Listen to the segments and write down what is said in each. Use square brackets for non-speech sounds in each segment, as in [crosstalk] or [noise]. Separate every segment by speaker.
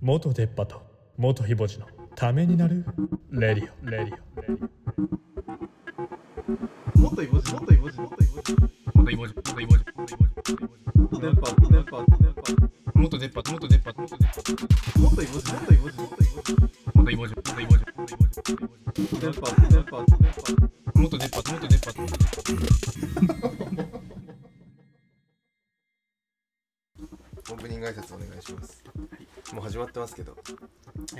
Speaker 1: 元鉄パと元ひぼじのためになるレディオレディオレディ
Speaker 2: もっといぼじ、もっといぼじ、もっといぼじ。
Speaker 3: 元イボジ、元イボジ、元イボジ、
Speaker 2: もっと電波、もっと電波、もっと電波。
Speaker 3: 元出っ張、元出っ張、元出っ張、
Speaker 2: もっといぼじ、もっといぼじ、もっといぼじ。
Speaker 3: 元イボジ、元イボジ、元イボジ、
Speaker 2: もっと電波、もっと電波、もっと電波。
Speaker 3: 元出っ張、元出っ張、元出っ
Speaker 4: オープニング挨拶お願いします。もう始まってますけど。
Speaker 3: 張。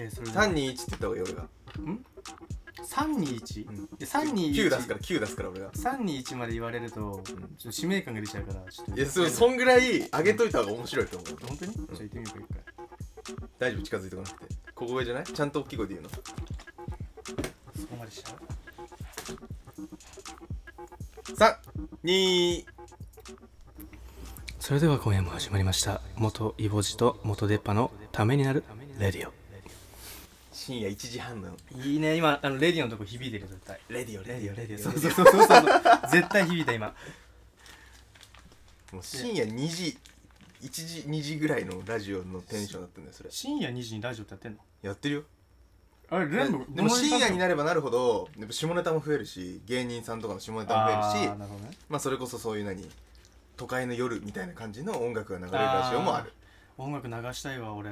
Speaker 3: えー、それ
Speaker 4: 三二一って言った方がいい俺が。
Speaker 3: 三二一
Speaker 4: うん。
Speaker 3: で三二一。
Speaker 4: 九出すから九出すから俺が。
Speaker 3: 三二一まで言われると、ちょっと使命感が出ちゃうから、ちょっと。
Speaker 4: いやそうそんぐらい上げといた方が面白いと思う。
Speaker 3: 本当に？じゃあ行ってみようか一回。
Speaker 4: 大丈夫近づいてこなくて。小声じゃない？ちゃんと大きい声で言うの。
Speaker 3: そこまでしちゃう。
Speaker 4: 三二
Speaker 3: それでは今夜も始まりました。元イボジと元出っ張のためになるレディ
Speaker 4: 深夜一時半の
Speaker 3: オ。いいね、今あのレディオのとこ響いてる絶対。
Speaker 4: レディオ
Speaker 3: レディオレディオ。
Speaker 4: そ
Speaker 3: そうう
Speaker 4: そ
Speaker 3: そううそうそうそう。絶対響いた今。
Speaker 4: もう深夜二時一時二時ぐらいのラジオのテンションだったんだよそれ。
Speaker 3: 深夜2時にラジオってやってんの？
Speaker 4: やってるよ。
Speaker 3: あれ
Speaker 4: で
Speaker 3: 全部
Speaker 4: でも深夜になればなるほどやっぱ下ネタも増えるし芸人さんとかの下ネタも増えるし
Speaker 3: あー。なるほどね
Speaker 4: まあそれこそそういう何都会の夜みたいな感じの音楽が流れるラジオもある
Speaker 3: 音楽流したいわ俺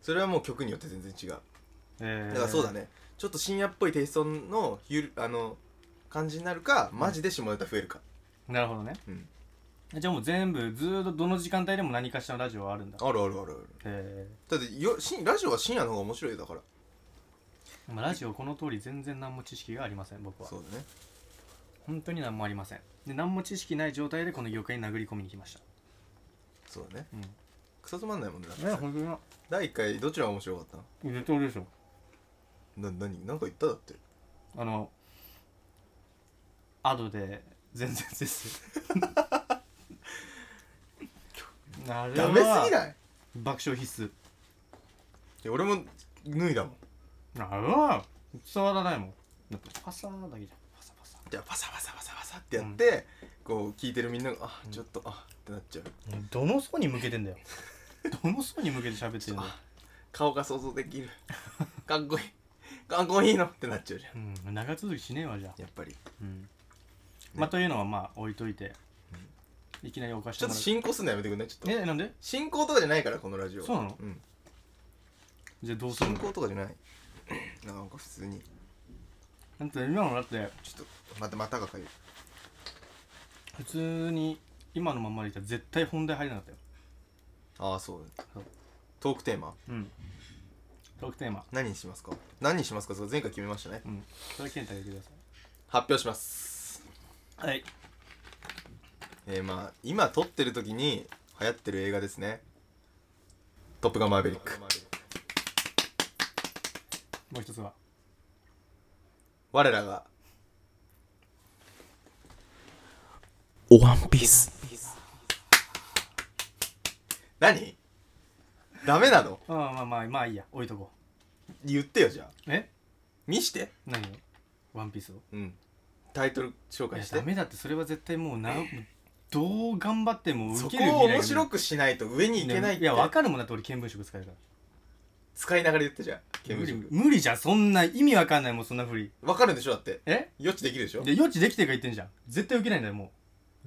Speaker 4: それはもう曲によって全然違う
Speaker 3: えー
Speaker 4: だからそうだねちょっと深夜っぽいテイストのゆるあの感じになるかマジで下ネタ増えるか、
Speaker 3: なるほどね
Speaker 4: うん、
Speaker 3: じゃあもう全部ずーっとどの時間帯でも何かしらのラジオはあるんだ
Speaker 4: あるあるあるある
Speaker 3: え
Speaker 4: だってよ深ラジオは深夜の方が面白いだから
Speaker 3: ーまあラジオこの通り全然何も知識がありません僕は
Speaker 4: そうだね
Speaker 3: 本当に何もありませんで何も知識ない状態でこの業界に殴り込みに来ました
Speaker 4: そうだね
Speaker 3: うん
Speaker 4: クソつまんないもんねだって
Speaker 3: え
Speaker 4: さ
Speaker 3: 本当にな
Speaker 4: 第1回どちらが面白かった
Speaker 3: 絶対俺でしょ
Speaker 4: のな何なんか言っただって
Speaker 3: あのアドで全然です [laughs] あれ
Speaker 4: ダメすぎ
Speaker 3: は
Speaker 4: ない
Speaker 3: 爆笑必須
Speaker 4: いや俺も脱いだもん
Speaker 3: あうわ伝わらないもんだってパサーだけじゃんパサパサ
Speaker 4: じゃあパサパサパサパサってやって、こう聞いてるみんながあちょっと、あってなっちゃう
Speaker 3: どの層に向けてんだよどの層に向けて喋ってんだよ、
Speaker 4: 顔が想像できるかっこいいかっこいいのってなっ [laughs] ちゃうじゃん
Speaker 3: うん、長続きしねえわじゃあ、
Speaker 4: やっぱり
Speaker 3: うんまあというのはまあ置いといて、いきなりおかし
Speaker 4: ちょっと進行すんのやめてくんないちょっと
Speaker 3: えなんで
Speaker 4: 進行とかじゃないからこのラジオ
Speaker 3: そうなの
Speaker 4: ん、
Speaker 3: じゃあどうする
Speaker 4: 進
Speaker 3: の
Speaker 4: 行とかじゃない [clears throat] なんか普通に
Speaker 3: なんて今のだって
Speaker 4: ちょっとまたまたがかゆい
Speaker 3: 普通に今のまんまでいたら絶対本題入れなかったよ
Speaker 4: ああそう
Speaker 3: そう
Speaker 4: トークテーマ
Speaker 3: うんトークテーマ
Speaker 4: 何にしますか何にしますかそう前回決めましたね
Speaker 3: うんそれ健太が言ってく
Speaker 4: 発表します
Speaker 3: ださいはい
Speaker 4: えー、まあ今撮ってる時に流行ってる映画ですね「トップガンマーヴェリック」
Speaker 3: もう一つは
Speaker 4: 我らが「ワンピース」何ダメなの
Speaker 3: ああまあまあまあいいや置いとこ
Speaker 4: 言ってよじゃあ
Speaker 3: うえ
Speaker 4: 見して
Speaker 3: 何よワンピースを
Speaker 4: うんタイトル紹
Speaker 3: い
Speaker 4: 介
Speaker 3: や
Speaker 4: して
Speaker 3: ダメだってそれは絶対もうなもうどう頑張っても
Speaker 4: そ
Speaker 3: 受
Speaker 4: こ
Speaker 3: ける
Speaker 4: を面白
Speaker 3: く
Speaker 4: くしないと上に
Speaker 3: い
Speaker 4: 行けないって
Speaker 3: いや分かるもんだって俺見聞色使えるか
Speaker 4: 使いながら言ってじゃん
Speaker 3: ら無理
Speaker 4: 見聞色
Speaker 3: 無理じゃんそんな意味わかんないもんそんなふり
Speaker 4: わかるんでしょだって
Speaker 3: え
Speaker 4: 予知できるでしょ
Speaker 3: で予知できてるから言ってんじゃん絶対受けないんだよもう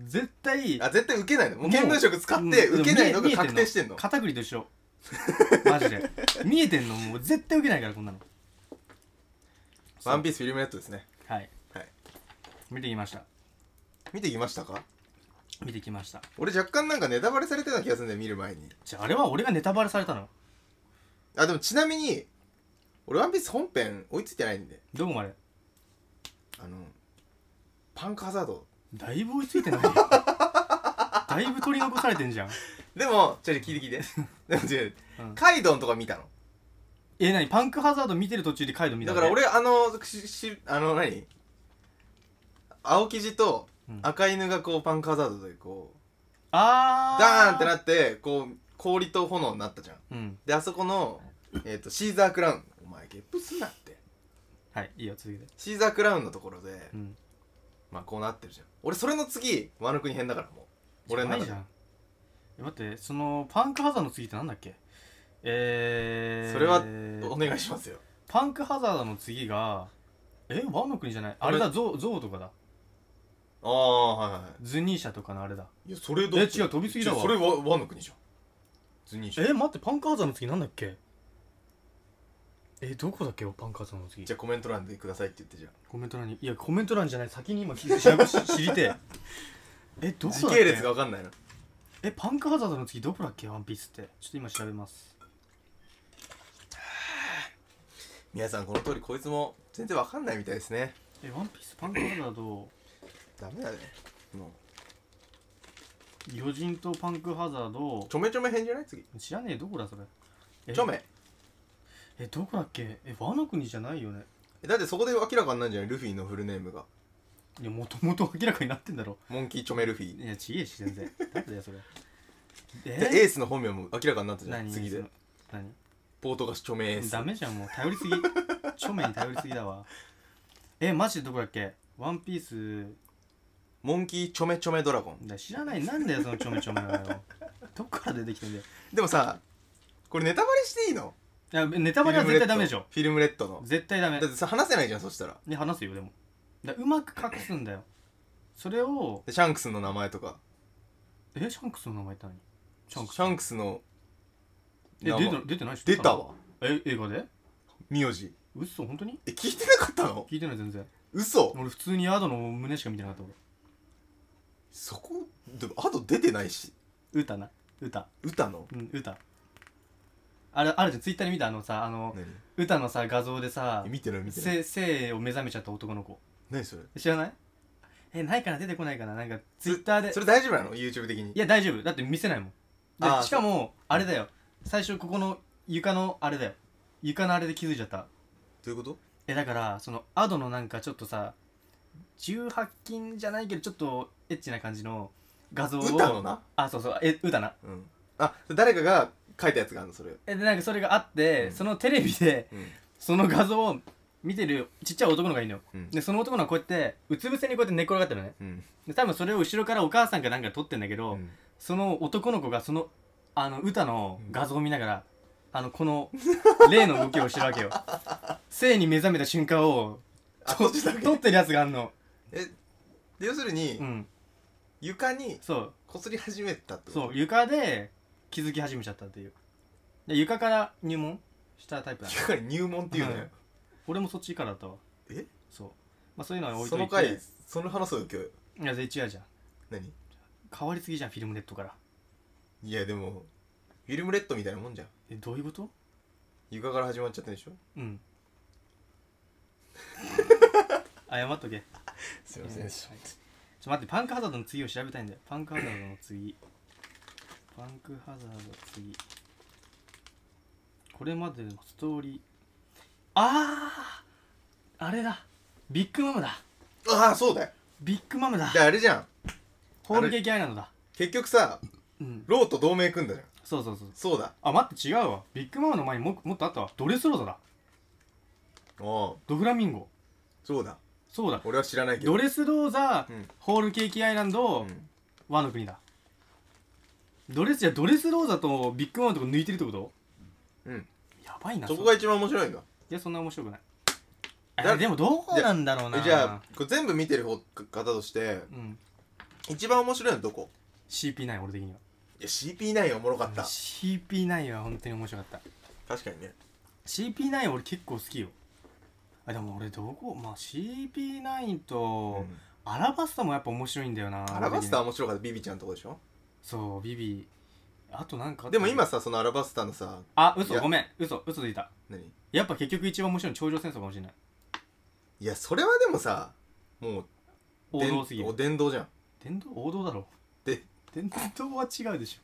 Speaker 3: 絶対
Speaker 4: あ絶対受けないのもう
Speaker 3: もう
Speaker 4: 見聞色使って
Speaker 3: うん
Speaker 4: 受けないの
Speaker 3: 見
Speaker 4: が
Speaker 3: え
Speaker 4: 確定してんの
Speaker 3: 片栗と一緒 [laughs] マジで見えてんのもう絶対受けないからこんなの
Speaker 4: ワンピースフィルムネットですね
Speaker 3: はい
Speaker 4: はい
Speaker 3: 見てきました
Speaker 4: 見てきましたか
Speaker 3: 見てきました
Speaker 4: 俺若干なんかネタバレされてた気がするんだよ見る前に
Speaker 3: じゃああれは俺がネタバレされたの
Speaker 4: あでもちなみに俺ワンピース本編追いついてないんで
Speaker 3: どこまで
Speaker 4: あのパンクハザード
Speaker 3: だいぶ追いつい
Speaker 4: [laughs]
Speaker 3: てないだいぶ取り残されてんじゃん
Speaker 4: でもちょい聞い
Speaker 3: [laughs]
Speaker 4: て聞いてでも違う、
Speaker 3: うん
Speaker 4: カイドンとか見たの
Speaker 3: え何パンクハザード見てる途中でカイドウ見た
Speaker 4: だ
Speaker 3: の
Speaker 4: から俺あのししあの何青生地と
Speaker 3: うん
Speaker 4: 赤犬がこうパンクハザードでこう
Speaker 3: あ
Speaker 4: ダーンって
Speaker 3: っ
Speaker 4: なってこう氷と炎になったじゃん
Speaker 3: うん
Speaker 4: であそこの、えー、とシーザークラウンお前ゲップすんなって
Speaker 3: はいいいよ続けて
Speaker 4: シーザークラウンのところで、
Speaker 3: うん
Speaker 4: まあこうなってるじゃん俺それの次ワノ国編だからもう俺の
Speaker 3: ない
Speaker 4: 中
Speaker 3: じ
Speaker 4: で
Speaker 3: ゃんえ待ってそのパンクハザードの次ってなんだっけえー、
Speaker 4: それはお願いしますよ
Speaker 3: パンクハザードの次がえワンの国じゃないあれだゾウゾウとかだ
Speaker 4: ああはいは
Speaker 3: ズニーシャとかのあれだ
Speaker 4: いいやそれだ
Speaker 3: え違う飛びすぎだわ
Speaker 4: 違うそれは和の国じゃん図にし
Speaker 3: え待ってパンクハザードの次なんだっけえどこだっけパンクハザードの次
Speaker 4: じゃあコメント欄でくださいって言ってじゃ
Speaker 3: コメント欄にいやコメント欄じゃない先に今聞いて [laughs] 知りてええど
Speaker 4: あ
Speaker 3: こだ
Speaker 4: 時
Speaker 3: っけ
Speaker 4: 系列が分かんないな
Speaker 3: えパンクハザードの次どこだっけワンピースってちょっと今調べます
Speaker 4: 皆さんこの通りこいつも全然分かんないみたいですね
Speaker 3: えワンピースパンクハザード
Speaker 4: ダメだねもう
Speaker 3: 魚人とパンクハザード
Speaker 4: ちょめちょめ編じゃない次
Speaker 3: 知らねえどこだそれえ
Speaker 4: ちょめ
Speaker 3: えどこだっけえワノ国じゃないよね
Speaker 4: えだってそこで明らかになるんじゃないルフィのフルネームが
Speaker 3: いやもともと明らかになってんだろ
Speaker 4: モンキーチョメルフィ
Speaker 3: いやちげえし全然誰だよそれ
Speaker 4: で
Speaker 3: え
Speaker 4: エースの本名も明らかになったじゃん
Speaker 3: 何
Speaker 4: 次
Speaker 3: そ
Speaker 4: で
Speaker 3: の何
Speaker 4: ポートガスチョメエース
Speaker 3: ダメじゃんもう頼りすぎチョメに頼りすぎだわえマジでどこだっけワンピース
Speaker 4: モンキーチョメチョメドラゴン
Speaker 3: だ知らないなんだよそのちょめちょめなのどっから出てきてんだよ
Speaker 4: でもさこれネタバレしていいの
Speaker 3: いやネ
Speaker 4: ネ
Speaker 3: タバレは絶対ダメでしょ
Speaker 4: フィルムレッドの
Speaker 3: 絶対ダメ
Speaker 4: だってさ話せないじゃんそしたら
Speaker 3: で話すよでもだうまく隠すんだよそれを
Speaker 4: でシャンクスの名前とか
Speaker 3: えシャンクスの名前言ったのにシ
Speaker 4: シ
Speaker 3: ャンクス
Speaker 4: ャンクスの
Speaker 3: え
Speaker 4: 名
Speaker 3: 出
Speaker 4: 前
Speaker 3: て出てないでしょ
Speaker 4: 出たわ
Speaker 3: え映画で
Speaker 4: 名字
Speaker 3: 嘘本当に
Speaker 4: え聞いてなかったの
Speaker 3: 聞いてない全然
Speaker 4: 嘘
Speaker 3: 俺普通にヤードの胸しか見てなかった
Speaker 4: そこでもあと出てないし
Speaker 3: 俺歌な歌
Speaker 4: 歌の
Speaker 3: うん歌あれあるじゃんツイッターで見たあのさあの
Speaker 4: 何
Speaker 3: 歌のさ画像でさ
Speaker 4: え見てない見てない
Speaker 3: 性性を目覚めちゃった男の子
Speaker 4: 何それ
Speaker 3: 知らないえないかな出てこないかななんかツイッターで
Speaker 4: それ大丈夫なの YouTube 的に
Speaker 3: いや大丈夫だって見せないもん
Speaker 4: あー
Speaker 3: でしかもあれだよ最初ここの床のあれだよ床のあれで気づいちゃった
Speaker 4: どういうこと
Speaker 3: えだからそのアドのなんかちょっとさ18禁じゃないけどちょっとエッチな感じの画像を
Speaker 4: 歌のな
Speaker 3: あそうそうえ歌な
Speaker 4: うんあ誰かが書いたやつがあるのそれ
Speaker 3: えでなんかそれがあって、
Speaker 4: うん
Speaker 3: そのテレビで
Speaker 4: うん
Speaker 3: その画像を見てるちっちゃい男の子がいるのよ
Speaker 4: うん
Speaker 3: でその男の子はこうやってうつ伏せにこうやって寝転がってるのね
Speaker 4: うん
Speaker 3: で多分それを後ろからお母さんかなんか撮ってんだけど、
Speaker 4: うん
Speaker 3: その男の子がそのあの歌の画像を見ながら、あのこの例の動きをしてる
Speaker 4: [laughs]
Speaker 3: わけよ性に目覚めた瞬間を
Speaker 4: あ
Speaker 3: と
Speaker 4: そっちだけ
Speaker 3: 撮ってるやつがあんの
Speaker 4: えで要するに
Speaker 3: うん
Speaker 4: 床に
Speaker 3: そう
Speaker 4: こすり始めたってこと
Speaker 3: そう床で気づき始めちゃったっていうで床から入門したタイ [laughs] プだ、ね、
Speaker 4: 床に入門っていうの
Speaker 3: う
Speaker 4: よ
Speaker 3: ん俺もそっちからだったわ
Speaker 4: え
Speaker 3: そうまあそういうのは置い
Speaker 4: そ
Speaker 3: とい
Speaker 4: の
Speaker 3: て
Speaker 4: 回その話そうよ今日
Speaker 3: いや全然違うじゃん
Speaker 4: 何
Speaker 3: 変わりすぎじゃんフィルムネットから
Speaker 4: いやでもフィルムレッドみたいなもんじゃん
Speaker 3: えどういうこと
Speaker 4: 床から始まっちゃったでしょ
Speaker 3: うん。 [laughs] 謝っとけ。ちょ
Speaker 4: す
Speaker 3: いませんでしっと待って、パンクハザードの次を調べたいんだよ。パンクハザードの次。パンクハザード次。これまでのストーリー。あああれだビッグマムだ
Speaker 4: ああそうだよ
Speaker 3: ビッグマムだ
Speaker 4: じゃああれじゃん
Speaker 3: ホールケーキアイランドだ
Speaker 4: 結局さ
Speaker 3: うん。
Speaker 4: ローと同盟組んだじゃん
Speaker 3: そうそうそう。
Speaker 4: そうだ
Speaker 3: あ、待って、違うわ。ビッグマムの前にももっとあったわ。ドレスローザだ。
Speaker 4: おう
Speaker 3: ドフラミンゴ。
Speaker 4: そうだ
Speaker 3: そうだ。
Speaker 4: 俺は知らないけど
Speaker 3: ドレスローザ、
Speaker 4: うん
Speaker 3: ホールケーキアイランド、
Speaker 4: うん
Speaker 3: ワの国だドレスじゃドレスローザとビッグマムのとこ抜いてるってこと
Speaker 4: うん
Speaker 3: やばいな
Speaker 4: そこ
Speaker 3: れ
Speaker 4: が一番面白いんだ
Speaker 3: いやそんな面白くない
Speaker 4: だ
Speaker 3: えでもどうなんだろうな
Speaker 4: えじゃあこれ全部見てる方方として
Speaker 3: うん
Speaker 4: 一番面白いのはどこ
Speaker 3: CP9 俺的にはい
Speaker 4: や CP9 おもろかった
Speaker 3: CP9 は本当に面白かった
Speaker 4: 確かにね
Speaker 3: CP9 俺結構好きよあでも俺どこまあ CP9 と、
Speaker 4: うん
Speaker 3: アラバスタもやっぱ面白いんだよな
Speaker 4: アラバスタは
Speaker 3: 俺
Speaker 4: 面
Speaker 3: 的に
Speaker 4: 白かったビビちゃんのとこでしょ
Speaker 3: そうビビあとなんかあった
Speaker 4: でも今さそのアラバスタのさ
Speaker 3: あ
Speaker 4: い
Speaker 3: 嘘
Speaker 4: や
Speaker 3: ごめん嘘嘘ついた
Speaker 4: 何
Speaker 3: やっぱ結局一番面白いの頂上戦争かもしれない
Speaker 4: いやそれはでもさもう
Speaker 3: 王道すぎる
Speaker 4: お殿堂じゃん
Speaker 3: 電動王道だろ
Speaker 4: で
Speaker 3: 電動は違うでしょ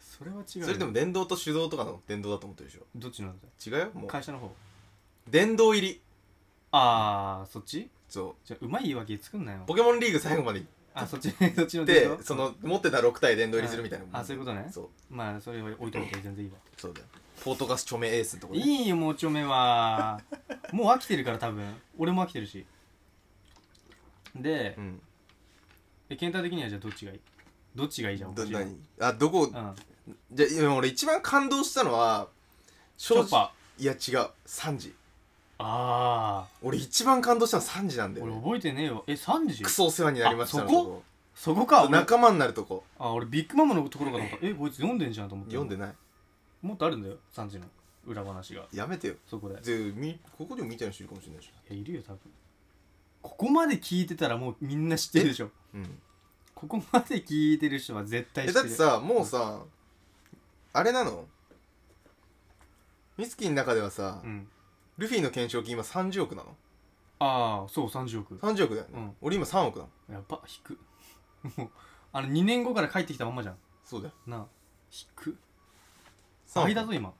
Speaker 3: それは違うよ
Speaker 4: それでも電動と手動とかの電動だと思ってるでしょ
Speaker 3: どっちなんだよ
Speaker 4: 違うよもう
Speaker 3: 会社の方
Speaker 4: 殿堂入り
Speaker 3: ああそっち
Speaker 4: そ
Speaker 3: じゃあうまい言い訳作んなよ
Speaker 4: うポケモンリーグ最後まで行
Speaker 3: あそっち [laughs] そっちの
Speaker 4: っ
Speaker 3: 電
Speaker 4: て
Speaker 3: 動
Speaker 4: その持ってた6体殿堂入りするみたいなもん
Speaker 3: あそういうことね
Speaker 4: そう
Speaker 3: まあそれは置いといて全然いいわ
Speaker 4: そうだよポートガス著名エースのとこね
Speaker 3: いいよもうちょ
Speaker 4: [laughs]
Speaker 3: めはもう飽きてるから多分俺も飽きてるしで
Speaker 4: うん
Speaker 3: え健太的にはじゃあどっちがいいどっちがいいじゃんお
Speaker 4: ど
Speaker 3: かしいな
Speaker 4: 何あどこ
Speaker 3: うん
Speaker 4: じゃあいや俺一番感動したのは
Speaker 3: チ
Speaker 4: 正
Speaker 3: ョッパ
Speaker 4: いや違う3時
Speaker 3: あ
Speaker 4: 俺一番感動したの3時なんだ
Speaker 3: ー
Speaker 4: よ、
Speaker 3: 俺
Speaker 4: ね、
Speaker 3: 覚えてねえよえ三3時
Speaker 4: クソお世話になりました
Speaker 3: あ
Speaker 4: の
Speaker 3: そこと
Speaker 4: こ
Speaker 3: そこか俺
Speaker 4: 仲間になるとこ
Speaker 3: あ俺ビッグママのところかと思ったえこいつ読んでんじゃんと思って
Speaker 4: 読んでない
Speaker 3: もっとあるんだよ3時の裏話が
Speaker 4: やめてよ
Speaker 3: そこで
Speaker 4: でみここでも見てる人いるかもしれないし
Speaker 3: いやいるよ多分ここまで聞いてたらもうみんな知ってるでしょ
Speaker 4: うん
Speaker 3: ここまで聞いてる人は絶対知
Speaker 4: え
Speaker 3: って
Speaker 4: だ
Speaker 3: る
Speaker 4: ってさもうさあれなのミスキーの中ではさ、
Speaker 3: うん
Speaker 4: ルフィの懸賞金今30億なの
Speaker 3: ああそう30億
Speaker 4: 30億だよね、
Speaker 3: うん
Speaker 4: 俺今3億なの
Speaker 3: やっぱ引くもうあの2年後から帰ってきたまんまじゃん
Speaker 4: そうだよ
Speaker 3: なあ引く
Speaker 4: 3億
Speaker 3: 倍だぞ今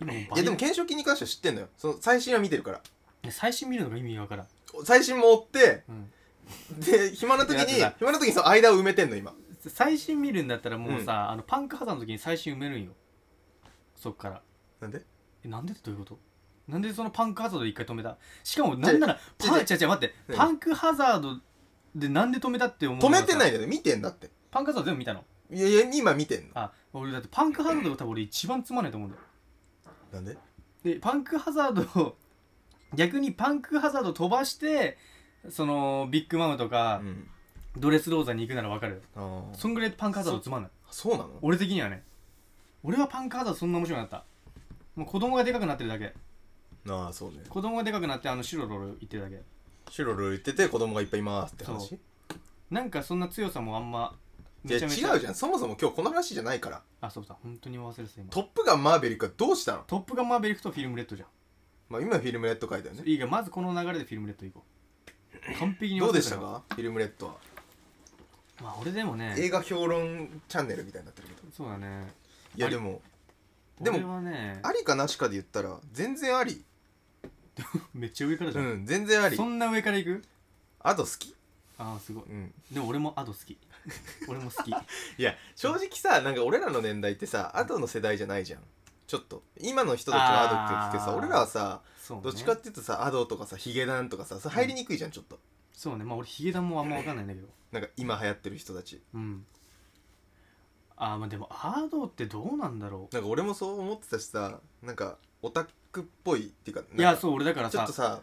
Speaker 3: 今もう
Speaker 4: い
Speaker 3: 倍
Speaker 4: やでも懸賞金に関しては知ってんのよその最新は見てるから
Speaker 3: いや最新見るのが意味がわからん、
Speaker 4: 最新も追って
Speaker 3: うん、
Speaker 4: で暇な時
Speaker 3: やって
Speaker 4: に
Speaker 3: た
Speaker 4: 暇な時にその間を埋めてんの今
Speaker 3: 最新見るんだったらもうさ、あのパンクハザードの時に最新埋めるんよそっから
Speaker 4: なんで
Speaker 3: えなんでってどういうことなんでそのパンクハザードで一回止めたしかもなんならパン違う違う待って
Speaker 4: うん
Speaker 3: パンクハザードでなんで止めたって思う
Speaker 4: 止めてないいんだよ見てんだって
Speaker 3: パンクハザード全部見たの
Speaker 4: いやいや今見てんの
Speaker 3: あ俺だってパンクハザードが多分俺一番つまんないと思うんだよ
Speaker 4: なんで
Speaker 3: でパンクハザード [laughs] を逆にパンクハザード飛ばしてそのビッグマムと
Speaker 4: う
Speaker 3: か、
Speaker 4: ん
Speaker 3: ドレスローザに行くならわかる
Speaker 4: あー
Speaker 3: そんぐらいパンクハザードつまんない
Speaker 4: そうなの
Speaker 3: 俺的にはね俺はパンクハザードそんな面白くなかったもう子供がでかくなってるだけ
Speaker 4: ああそうね
Speaker 3: 子供がでかくなってあの白ロール行ってるだけ
Speaker 4: シロル言ってて子供がいっぱいいますって話
Speaker 3: そなんかそんな強さもあんま
Speaker 4: いや違うじゃん
Speaker 3: ん
Speaker 4: そもそも今日この話じゃないから
Speaker 3: あそうだ本当に忘れてた
Speaker 4: 「
Speaker 3: 今
Speaker 4: トップガンマーヴェリック」はどうしたの、
Speaker 3: トップガンマーベリックとフィルムレッドじゃん
Speaker 4: まあ、今フィルムレッド書いたよね
Speaker 3: いいがまずこの流れでフィルムレッド行こう完璧に
Speaker 4: ど
Speaker 3: 忘
Speaker 4: うで
Speaker 3: れて
Speaker 4: した
Speaker 3: よ
Speaker 4: かフィルムレッドは
Speaker 3: まあ俺でもね
Speaker 4: 映画評論チャンネルみたいになってるけど
Speaker 3: そうだね
Speaker 4: いや
Speaker 3: あり
Speaker 4: でもでも
Speaker 3: 俺はね
Speaker 4: ありかなしかで言ったら全然あり
Speaker 3: めっちゃ上からじ
Speaker 4: う
Speaker 3: ゃん、
Speaker 4: ん全然あり
Speaker 3: そんな上から行く
Speaker 4: あと好き
Speaker 3: ああすごい
Speaker 4: うん
Speaker 3: でも俺もアド好
Speaker 4: [laughs]
Speaker 3: き俺も好き
Speaker 4: いや正直さなんか俺らの年代ってさ後の世代じゃないじゃんちょっと今の人たちはアドって聞くけど
Speaker 3: あ
Speaker 4: さ
Speaker 3: ー
Speaker 4: 俺らはさ
Speaker 3: そうね
Speaker 4: どっちかっていうとさアドとかさヒゲダンとかさそれ入りにくいじゃんちょっと
Speaker 3: そうねまあ俺ヒゲダンもあんま分かんないんだけど
Speaker 4: なんか今流行ってる人たち
Speaker 3: うんあーまあでもアードってどうなんだろ
Speaker 4: なんか俺もそう思ってたしさなんかオタクっぽいっていうかなん
Speaker 3: う
Speaker 4: か
Speaker 3: いやそう俺だから
Speaker 4: ちょ
Speaker 3: さ
Speaker 4: っとさ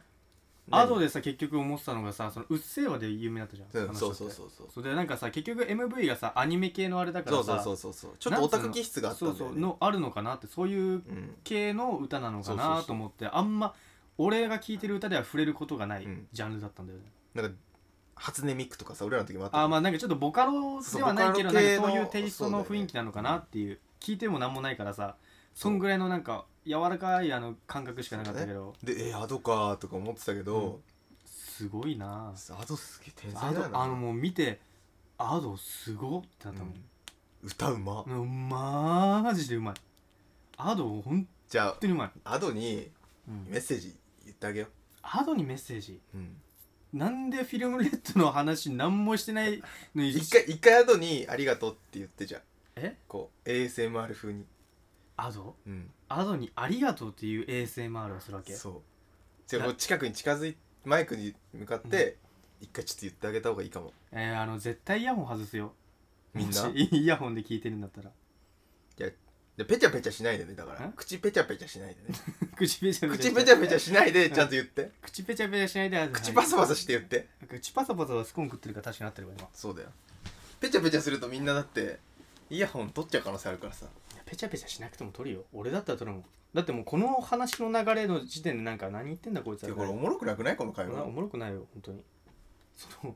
Speaker 3: アド
Speaker 4: で
Speaker 3: でさ結局思ってたのがさ「そのうっせぇわ」で有名だったじゃん、あの人
Speaker 4: そ
Speaker 3: っ
Speaker 4: う
Speaker 3: て
Speaker 4: そうそうそう
Speaker 3: それでなんかさ結局 MV がさアニメ系のあれだから
Speaker 4: そ
Speaker 3: さ
Speaker 4: うそうそうそうそうちょっとオタク気質があったんだよ、ね、
Speaker 3: そうそうのあるのかなってそういう
Speaker 4: うん
Speaker 3: 系の歌なのか
Speaker 4: そうそうそ
Speaker 3: な
Speaker 4: う
Speaker 3: と思ってあんま俺が聴いてる歌では触れることがない
Speaker 4: うん
Speaker 3: ジャンルだったんだよね、
Speaker 4: なんか初音ミクとかさ俺らの時もあった
Speaker 3: あーまあなんかちょっとボカロではないけど
Speaker 4: そうボカロ
Speaker 3: なん
Speaker 4: 系
Speaker 3: か
Speaker 4: の
Speaker 3: そういうテイストの
Speaker 4: そうだよ
Speaker 3: 雰
Speaker 4: ね
Speaker 3: 囲気なのかなっていう聞いてもなんもないからさそんぐらいのなんか柔らかいあの感覚しかなかったけど、
Speaker 4: でえー、アドかーとか思ってたけど、
Speaker 3: すごいな
Speaker 4: アドすげえ天
Speaker 3: あ
Speaker 4: 才だよ
Speaker 3: の
Speaker 4: な
Speaker 3: あのもう見てアドすごってなったもん、
Speaker 4: うん歌うま、
Speaker 3: うん、マジでうまいアド本
Speaker 4: じゃ
Speaker 3: 当にうまい、
Speaker 4: あアドに
Speaker 3: うん
Speaker 4: メッセージ言ってあげよ
Speaker 3: アドにメッセージ
Speaker 4: う、
Speaker 3: なんでフィルムレッドの話何もしてないのに
Speaker 4: 一回一回アドに「ありがとう」って言ってじゃあ
Speaker 3: え
Speaker 4: こう ASMR 風に、
Speaker 3: アドアドに「ありがとう」っていう ASMR をするわけ
Speaker 4: そうじゃあもう近くに近づいマイクに向かって、一回ちょっと言ってあげた方がいいかも
Speaker 3: えー、あの絶対イヤホン外すよ
Speaker 4: みんな
Speaker 3: もしイヤホンで聞いてるんだったら [laughs]
Speaker 4: でペチャペチャしないでねだから
Speaker 3: ん
Speaker 4: 口ペチャペチャしないでね
Speaker 3: [laughs] 口ペチャペチャ
Speaker 4: 口ペチャペチャ
Speaker 3: ャ
Speaker 4: しないでちゃんと言って
Speaker 3: 口ペチャペチャしないで
Speaker 4: 口パサパサして言って
Speaker 3: 口パサパサはスコーン食ってるから確かになってるわ今
Speaker 4: そうだよペチャペチャするとみんなだってイヤホン取っちゃう可能性あるからさ
Speaker 3: いやペチャペチャしなくても撮るよ俺だったら撮るもんだってもうこの話の流れの時点でなんか何言ってんだこいつ
Speaker 4: て
Speaker 3: は
Speaker 4: かこれおもろくなくないこの会
Speaker 3: お
Speaker 4: 話
Speaker 3: もろくないよ本当にその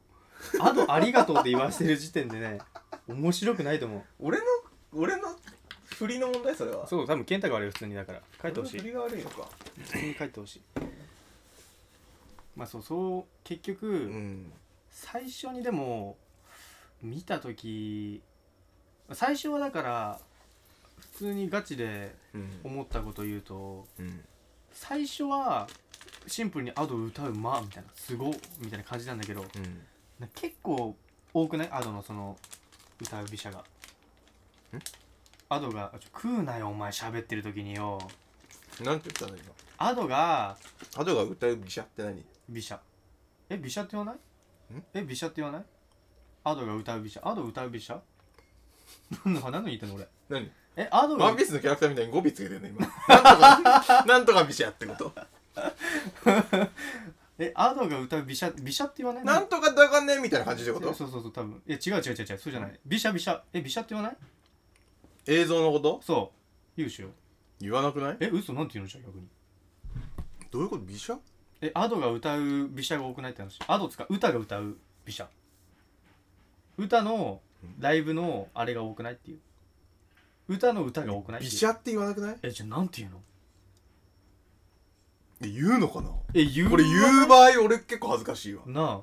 Speaker 3: 「あとありがとう」って言わせてる時点でね面白くないと思う
Speaker 4: 俺の俺の振りの問題それは
Speaker 3: そう多分健太が悪いよ普通にだから書いてほしい
Speaker 4: 振りが悪いのか
Speaker 3: 普通に書いてほしいまあそうそう結局、
Speaker 4: うん
Speaker 3: 最初にでも見た時最初はだから普通にガチで
Speaker 4: うん
Speaker 3: 思ったこと言うと
Speaker 4: うん
Speaker 3: 最初はシンプルに「アド歌うま」みたいな「すご」みたいな感じなんだけど
Speaker 4: うん
Speaker 3: な結構多くないアドのその歌う美者がアドがあ「ちょ食うなよお前喋ってる時によ
Speaker 4: なんて言ったの今」
Speaker 3: アドが
Speaker 4: アドが歌う美写って何
Speaker 3: 美写え美写って言わない
Speaker 4: ん
Speaker 3: え美写って言わないアドが歌う美写アド歌う美写何の何の言ってんの俺
Speaker 4: 何
Speaker 3: えアド
Speaker 4: ワ
Speaker 3: が
Speaker 4: ンピースのキャラクターみたいに語尾つけてんね今なんとかなんとかビシャってこと
Speaker 3: えアドが歌うビシャビシャって言わない
Speaker 4: なんとかだかんねみたいな感じってこ
Speaker 3: そう
Speaker 4: と
Speaker 3: そうそう多分いや違う違う違う違うそうじゃないビシャビシャえビシャって言わない
Speaker 4: 映像のこと
Speaker 3: そう言うしよ
Speaker 4: 言わなくない
Speaker 3: え嘘なんて言うのじゃあ逆に
Speaker 4: どういうことビシャ
Speaker 3: えアドが歌うビシャが多くないって話アドつか歌が歌うビシャ歌のライブのあれが多くないっていう歌の歌が多くないって
Speaker 4: ビ
Speaker 3: いう
Speaker 4: シャって言わなくない
Speaker 3: えじゃあなんて言うの
Speaker 4: え言うのかな
Speaker 3: え言う
Speaker 4: これ言う場合俺結構恥ずかしいわ
Speaker 3: な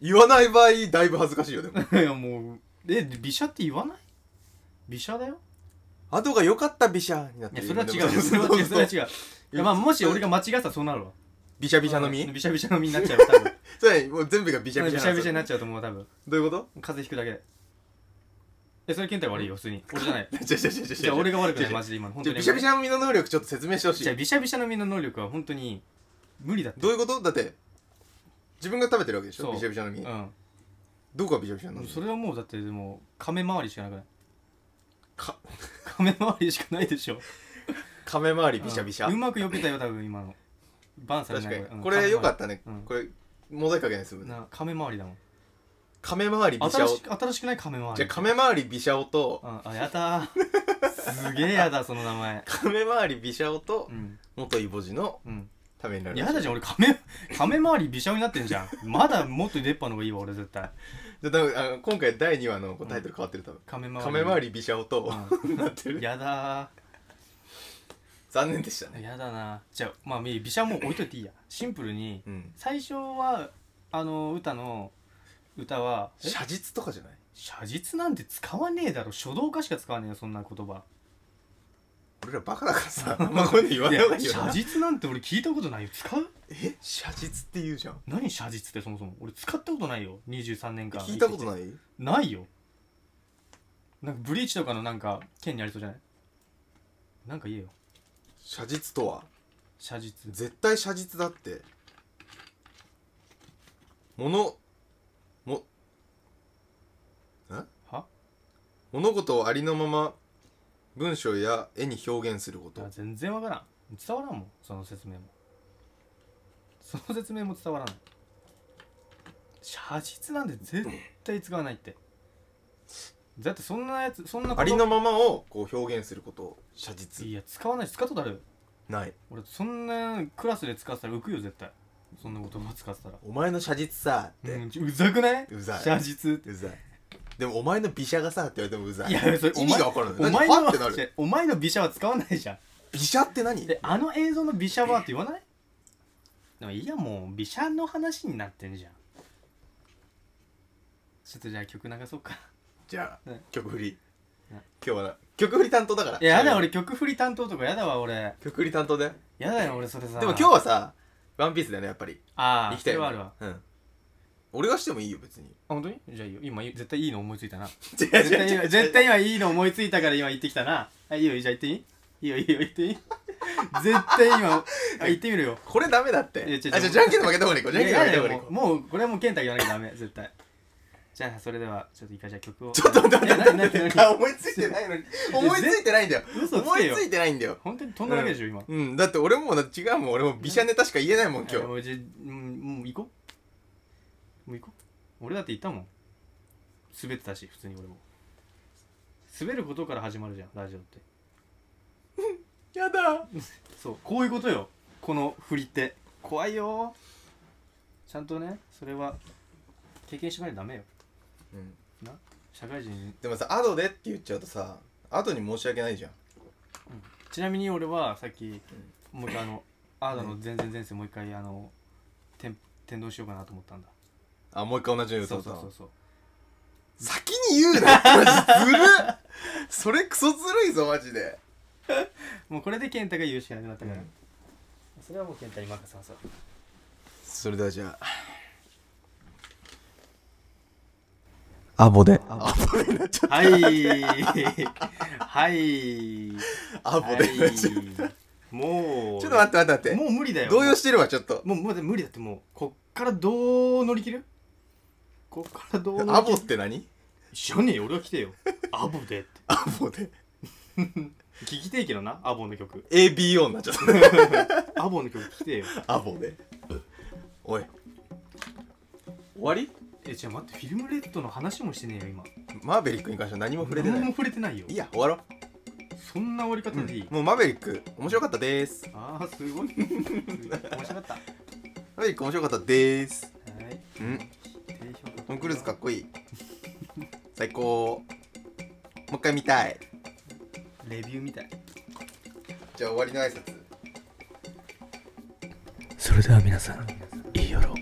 Speaker 4: 言わない場合だいぶ恥ずかしいよでも
Speaker 3: あ [laughs] いやもうえビシャって言わないビシャだよ
Speaker 4: 後が良かったビシャになっ
Speaker 3: い
Speaker 4: て
Speaker 3: や
Speaker 4: る
Speaker 3: それは違うよそれは違うそれは違ういやまあもし俺が間違ってたらそうなるわ
Speaker 4: ビシャビシャの
Speaker 3: うん
Speaker 4: 実
Speaker 3: ビシャビシャの実になっちゃう多分
Speaker 4: それもう全部がビ
Speaker 3: ビ
Speaker 4: シャビシャ
Speaker 3: シャビシャになっ
Speaker 4: ちゃ
Speaker 3: ちゃうと思う多分
Speaker 4: うどういうこと
Speaker 3: 風邪ひくだけでえそれ健太悪いよ普通に俺じゃ [laughs] ない
Speaker 4: じゃじゃじゃじゃ
Speaker 3: じゃあ俺が悪くないマ
Speaker 4: ジ
Speaker 3: ジで今の本
Speaker 4: じ
Speaker 3: 当
Speaker 4: ゃ
Speaker 3: に
Speaker 4: ビシャビシャの実の能力ちょっと説明してほし
Speaker 3: じゃあ
Speaker 4: い
Speaker 3: ビシャビシャの実の能力は本当に無理だって
Speaker 4: どういうことだって自分が食べてるわけでし
Speaker 3: そ
Speaker 4: ょ
Speaker 3: う
Speaker 4: ビシャビシャの実
Speaker 3: うん
Speaker 4: どこがビシャビシャなの
Speaker 3: それはもうだってでも亀回りしかなくない
Speaker 4: か
Speaker 3: 亀回りしかないでしょ
Speaker 4: カメ周りビシャビシ
Speaker 3: うんう
Speaker 4: ャ
Speaker 3: まく避けたよ多分今のバンされ
Speaker 4: 確
Speaker 3: な
Speaker 4: か
Speaker 3: い
Speaker 4: にこれ良か
Speaker 3: っ
Speaker 4: ったね
Speaker 3: うん
Speaker 4: これモザイクかけないです
Speaker 3: な亀回りだもん
Speaker 4: カメ周りビシャ
Speaker 3: 新
Speaker 4: オ
Speaker 3: しく新しくない亀回り
Speaker 4: じゃあカメ周りビシャオと
Speaker 3: うんあやだーすげえやだその名前
Speaker 4: カメ周りビシャオと
Speaker 3: うん
Speaker 4: 元イボジの
Speaker 3: うん
Speaker 4: ためになる
Speaker 3: やだじゃん俺亀亀回りびしゃになってんじゃんまだもっと出っ歯の方がいいわ俺絶対
Speaker 4: じゃあ多分あの今回第2話のこうタイトル変わってる多分
Speaker 3: 亀回り
Speaker 4: カメ周りビシャオとなってる
Speaker 3: やだ
Speaker 4: 残念でした
Speaker 3: ー
Speaker 4: ね
Speaker 3: やだなじゃあまあいいびしゃもう置いといていいやシンプルに
Speaker 4: うん
Speaker 3: 最初はあの歌の歌はえ
Speaker 4: 写実とかじゃない
Speaker 3: 写実なんて使わねえだろ書道家しか使わねえよそんな言葉
Speaker 4: 俺らバカだからさあんまこういうの言わ
Speaker 3: い
Speaker 4: ない方が
Speaker 3: や
Speaker 4: いいよ
Speaker 3: 写
Speaker 4: な
Speaker 3: 実なんて俺聞いたことないよ使う
Speaker 4: え写実って言うじゃん
Speaker 3: 何写実ってそもそも俺使ったことないよ23年間
Speaker 4: 聞いたこと
Speaker 3: い
Speaker 4: ない
Speaker 3: ないよなんかブリーチとかのなんか剣にありそうじゃないなんか言えよ
Speaker 4: 写実とは
Speaker 3: 写実
Speaker 4: 絶対写実だってものもん
Speaker 3: は
Speaker 4: 物事をありのまま文章や絵に表現するこ
Speaker 3: いや
Speaker 4: と
Speaker 3: 全然わからん伝わらんもんその説明もその説明も伝わらない写実なんて絶対使わないってだってそんなやつそんな言葉
Speaker 4: ありのままをこう表現することを写実
Speaker 3: いや使わない使ったことある
Speaker 4: ない
Speaker 3: 俺そんなクラスで使ってたら浮くよ絶対そんな言葉使ってたら
Speaker 4: お前の写実さっ
Speaker 3: う
Speaker 4: て
Speaker 3: んうざくないう
Speaker 4: ざい
Speaker 3: 写実って
Speaker 4: うざいでもお前の美写がさって言われてもうざい
Speaker 3: いやそれ
Speaker 4: 意味が分からない
Speaker 3: お前
Speaker 4: 何
Speaker 3: の
Speaker 4: ファってな
Speaker 3: 違
Speaker 4: る
Speaker 3: うお前の美写は使わないじゃん
Speaker 4: 美写って何
Speaker 3: であの映像の美写はって言わないでもいいやもう美写の話になってんじゃんちょっとじゃあ曲流そうか
Speaker 4: じゃあ
Speaker 3: ね
Speaker 4: 曲振り
Speaker 3: ね
Speaker 4: 今日はな曲振り担当だから
Speaker 3: いややだ俺曲振り担当とかやだわ俺
Speaker 4: 曲振り担当で
Speaker 3: やだよ俺それさ
Speaker 4: でも今日はさワンピースだよねやっぱり
Speaker 3: ああ
Speaker 4: 行きたい
Speaker 3: そ
Speaker 4: よ
Speaker 3: れはあ
Speaker 4: ね
Speaker 3: るわあ
Speaker 4: うん俺がしてもいいよ別に
Speaker 3: 本当にじゃあいいよ今絶対いいの思いついたな
Speaker 4: 絶
Speaker 3: [laughs] 絶対今絶対今いいの思いついたから今言ってきたなあいいよじゃあ言っていいいいよいいよ言っていい [laughs] 絶対今あ言ってみるよ
Speaker 4: [laughs] これダメだって
Speaker 3: いや違う違う
Speaker 4: あじゃあじゃんけんで負けた方 [laughs] がいいこう
Speaker 3: い
Speaker 4: じゃんけ
Speaker 3: や
Speaker 4: んで負けた方
Speaker 3: やだよ
Speaker 4: がいい
Speaker 3: も
Speaker 4: こ
Speaker 3: うもうこれはもう健太言わなきゃダメ絶対じゃあそれではちょっと一回じゃあ曲を
Speaker 4: ちょっと待って待って待
Speaker 3: え
Speaker 4: っ
Speaker 3: 何
Speaker 4: てあ [laughs] 思いついてないのに
Speaker 3: や
Speaker 4: 思いついてないんだよ
Speaker 3: 嘘つ
Speaker 4: 思
Speaker 3: け
Speaker 4: い
Speaker 3: よ
Speaker 4: ついてないんだよ
Speaker 3: 本当に飛んだだけでしょ、今
Speaker 4: うんだって俺もう違うもん俺も美写ネタしか言えないもん今日
Speaker 3: あもうじゃうんもう行こうもう行こう俺だって言ったもん滑ってたし普通に俺も滑ることから始まるじゃんラジオって
Speaker 4: やだ
Speaker 3: そうこういうことよこの振りって怖いよちゃんとねそれは経験しないとダメよ
Speaker 4: うん
Speaker 3: 社会人に
Speaker 4: でもさ「アドで」って言っちゃうとさアドに申し訳ないじゃん
Speaker 3: ちなみに俺はさっき、もう一回あのアーダの全然前世もう一回あの転転動しようかなと思ったんだ
Speaker 4: あもう一回同じように歌っ
Speaker 3: そう
Speaker 4: た
Speaker 3: そう
Speaker 4: の
Speaker 3: そうそう
Speaker 4: 先に言うなマジずるっそれクソずるいぞマジで
Speaker 3: もうこれで健太が言うしかなくなったから、それはもう健太に任せますわ
Speaker 4: それではじゃあアボでアボでなっち [laughs] ゃっ
Speaker 3: はいはい
Speaker 4: たアボでなっ [laughs] ちゃった
Speaker 3: はいもう
Speaker 4: ちょっと待って待って待って
Speaker 3: もう無理だよ
Speaker 4: 動揺してるわちょっと
Speaker 3: もうもうだって無理だってもうこっからどう乗り切るこっからどう乗
Speaker 4: ア
Speaker 3: り切
Speaker 4: ボ
Speaker 3: る
Speaker 4: って何
Speaker 3: [laughs] 知らねえよ俺は来てよアボでって
Speaker 4: アボで
Speaker 3: 聞きてえけどなアボンの曲
Speaker 4: ABO になっちゃっ
Speaker 3: アボンの曲聞きてえよ
Speaker 4: たアボでおい
Speaker 2: 終わり
Speaker 3: えじゃあ待ってフィルムレッドの話もしてねえよ今
Speaker 4: マーベリックに関しては何も触れて
Speaker 3: 何
Speaker 4: な
Speaker 3: も
Speaker 4: い
Speaker 3: 触れてないよ
Speaker 4: いいや終わろ
Speaker 3: そんな終わり
Speaker 4: う、う
Speaker 3: 方でいい、
Speaker 4: ん、もうマーベリック面白かったです
Speaker 3: ああす [laughs] ごい面白かったは
Speaker 4: マーベリック面白かったです
Speaker 3: い
Speaker 4: うん
Speaker 3: 定評の
Speaker 4: トム・クルーズかっこいい最高もう一回見たい
Speaker 3: レビューみたい
Speaker 4: じゃあ終わりの挨拶
Speaker 5: それでは皆さんいい夜を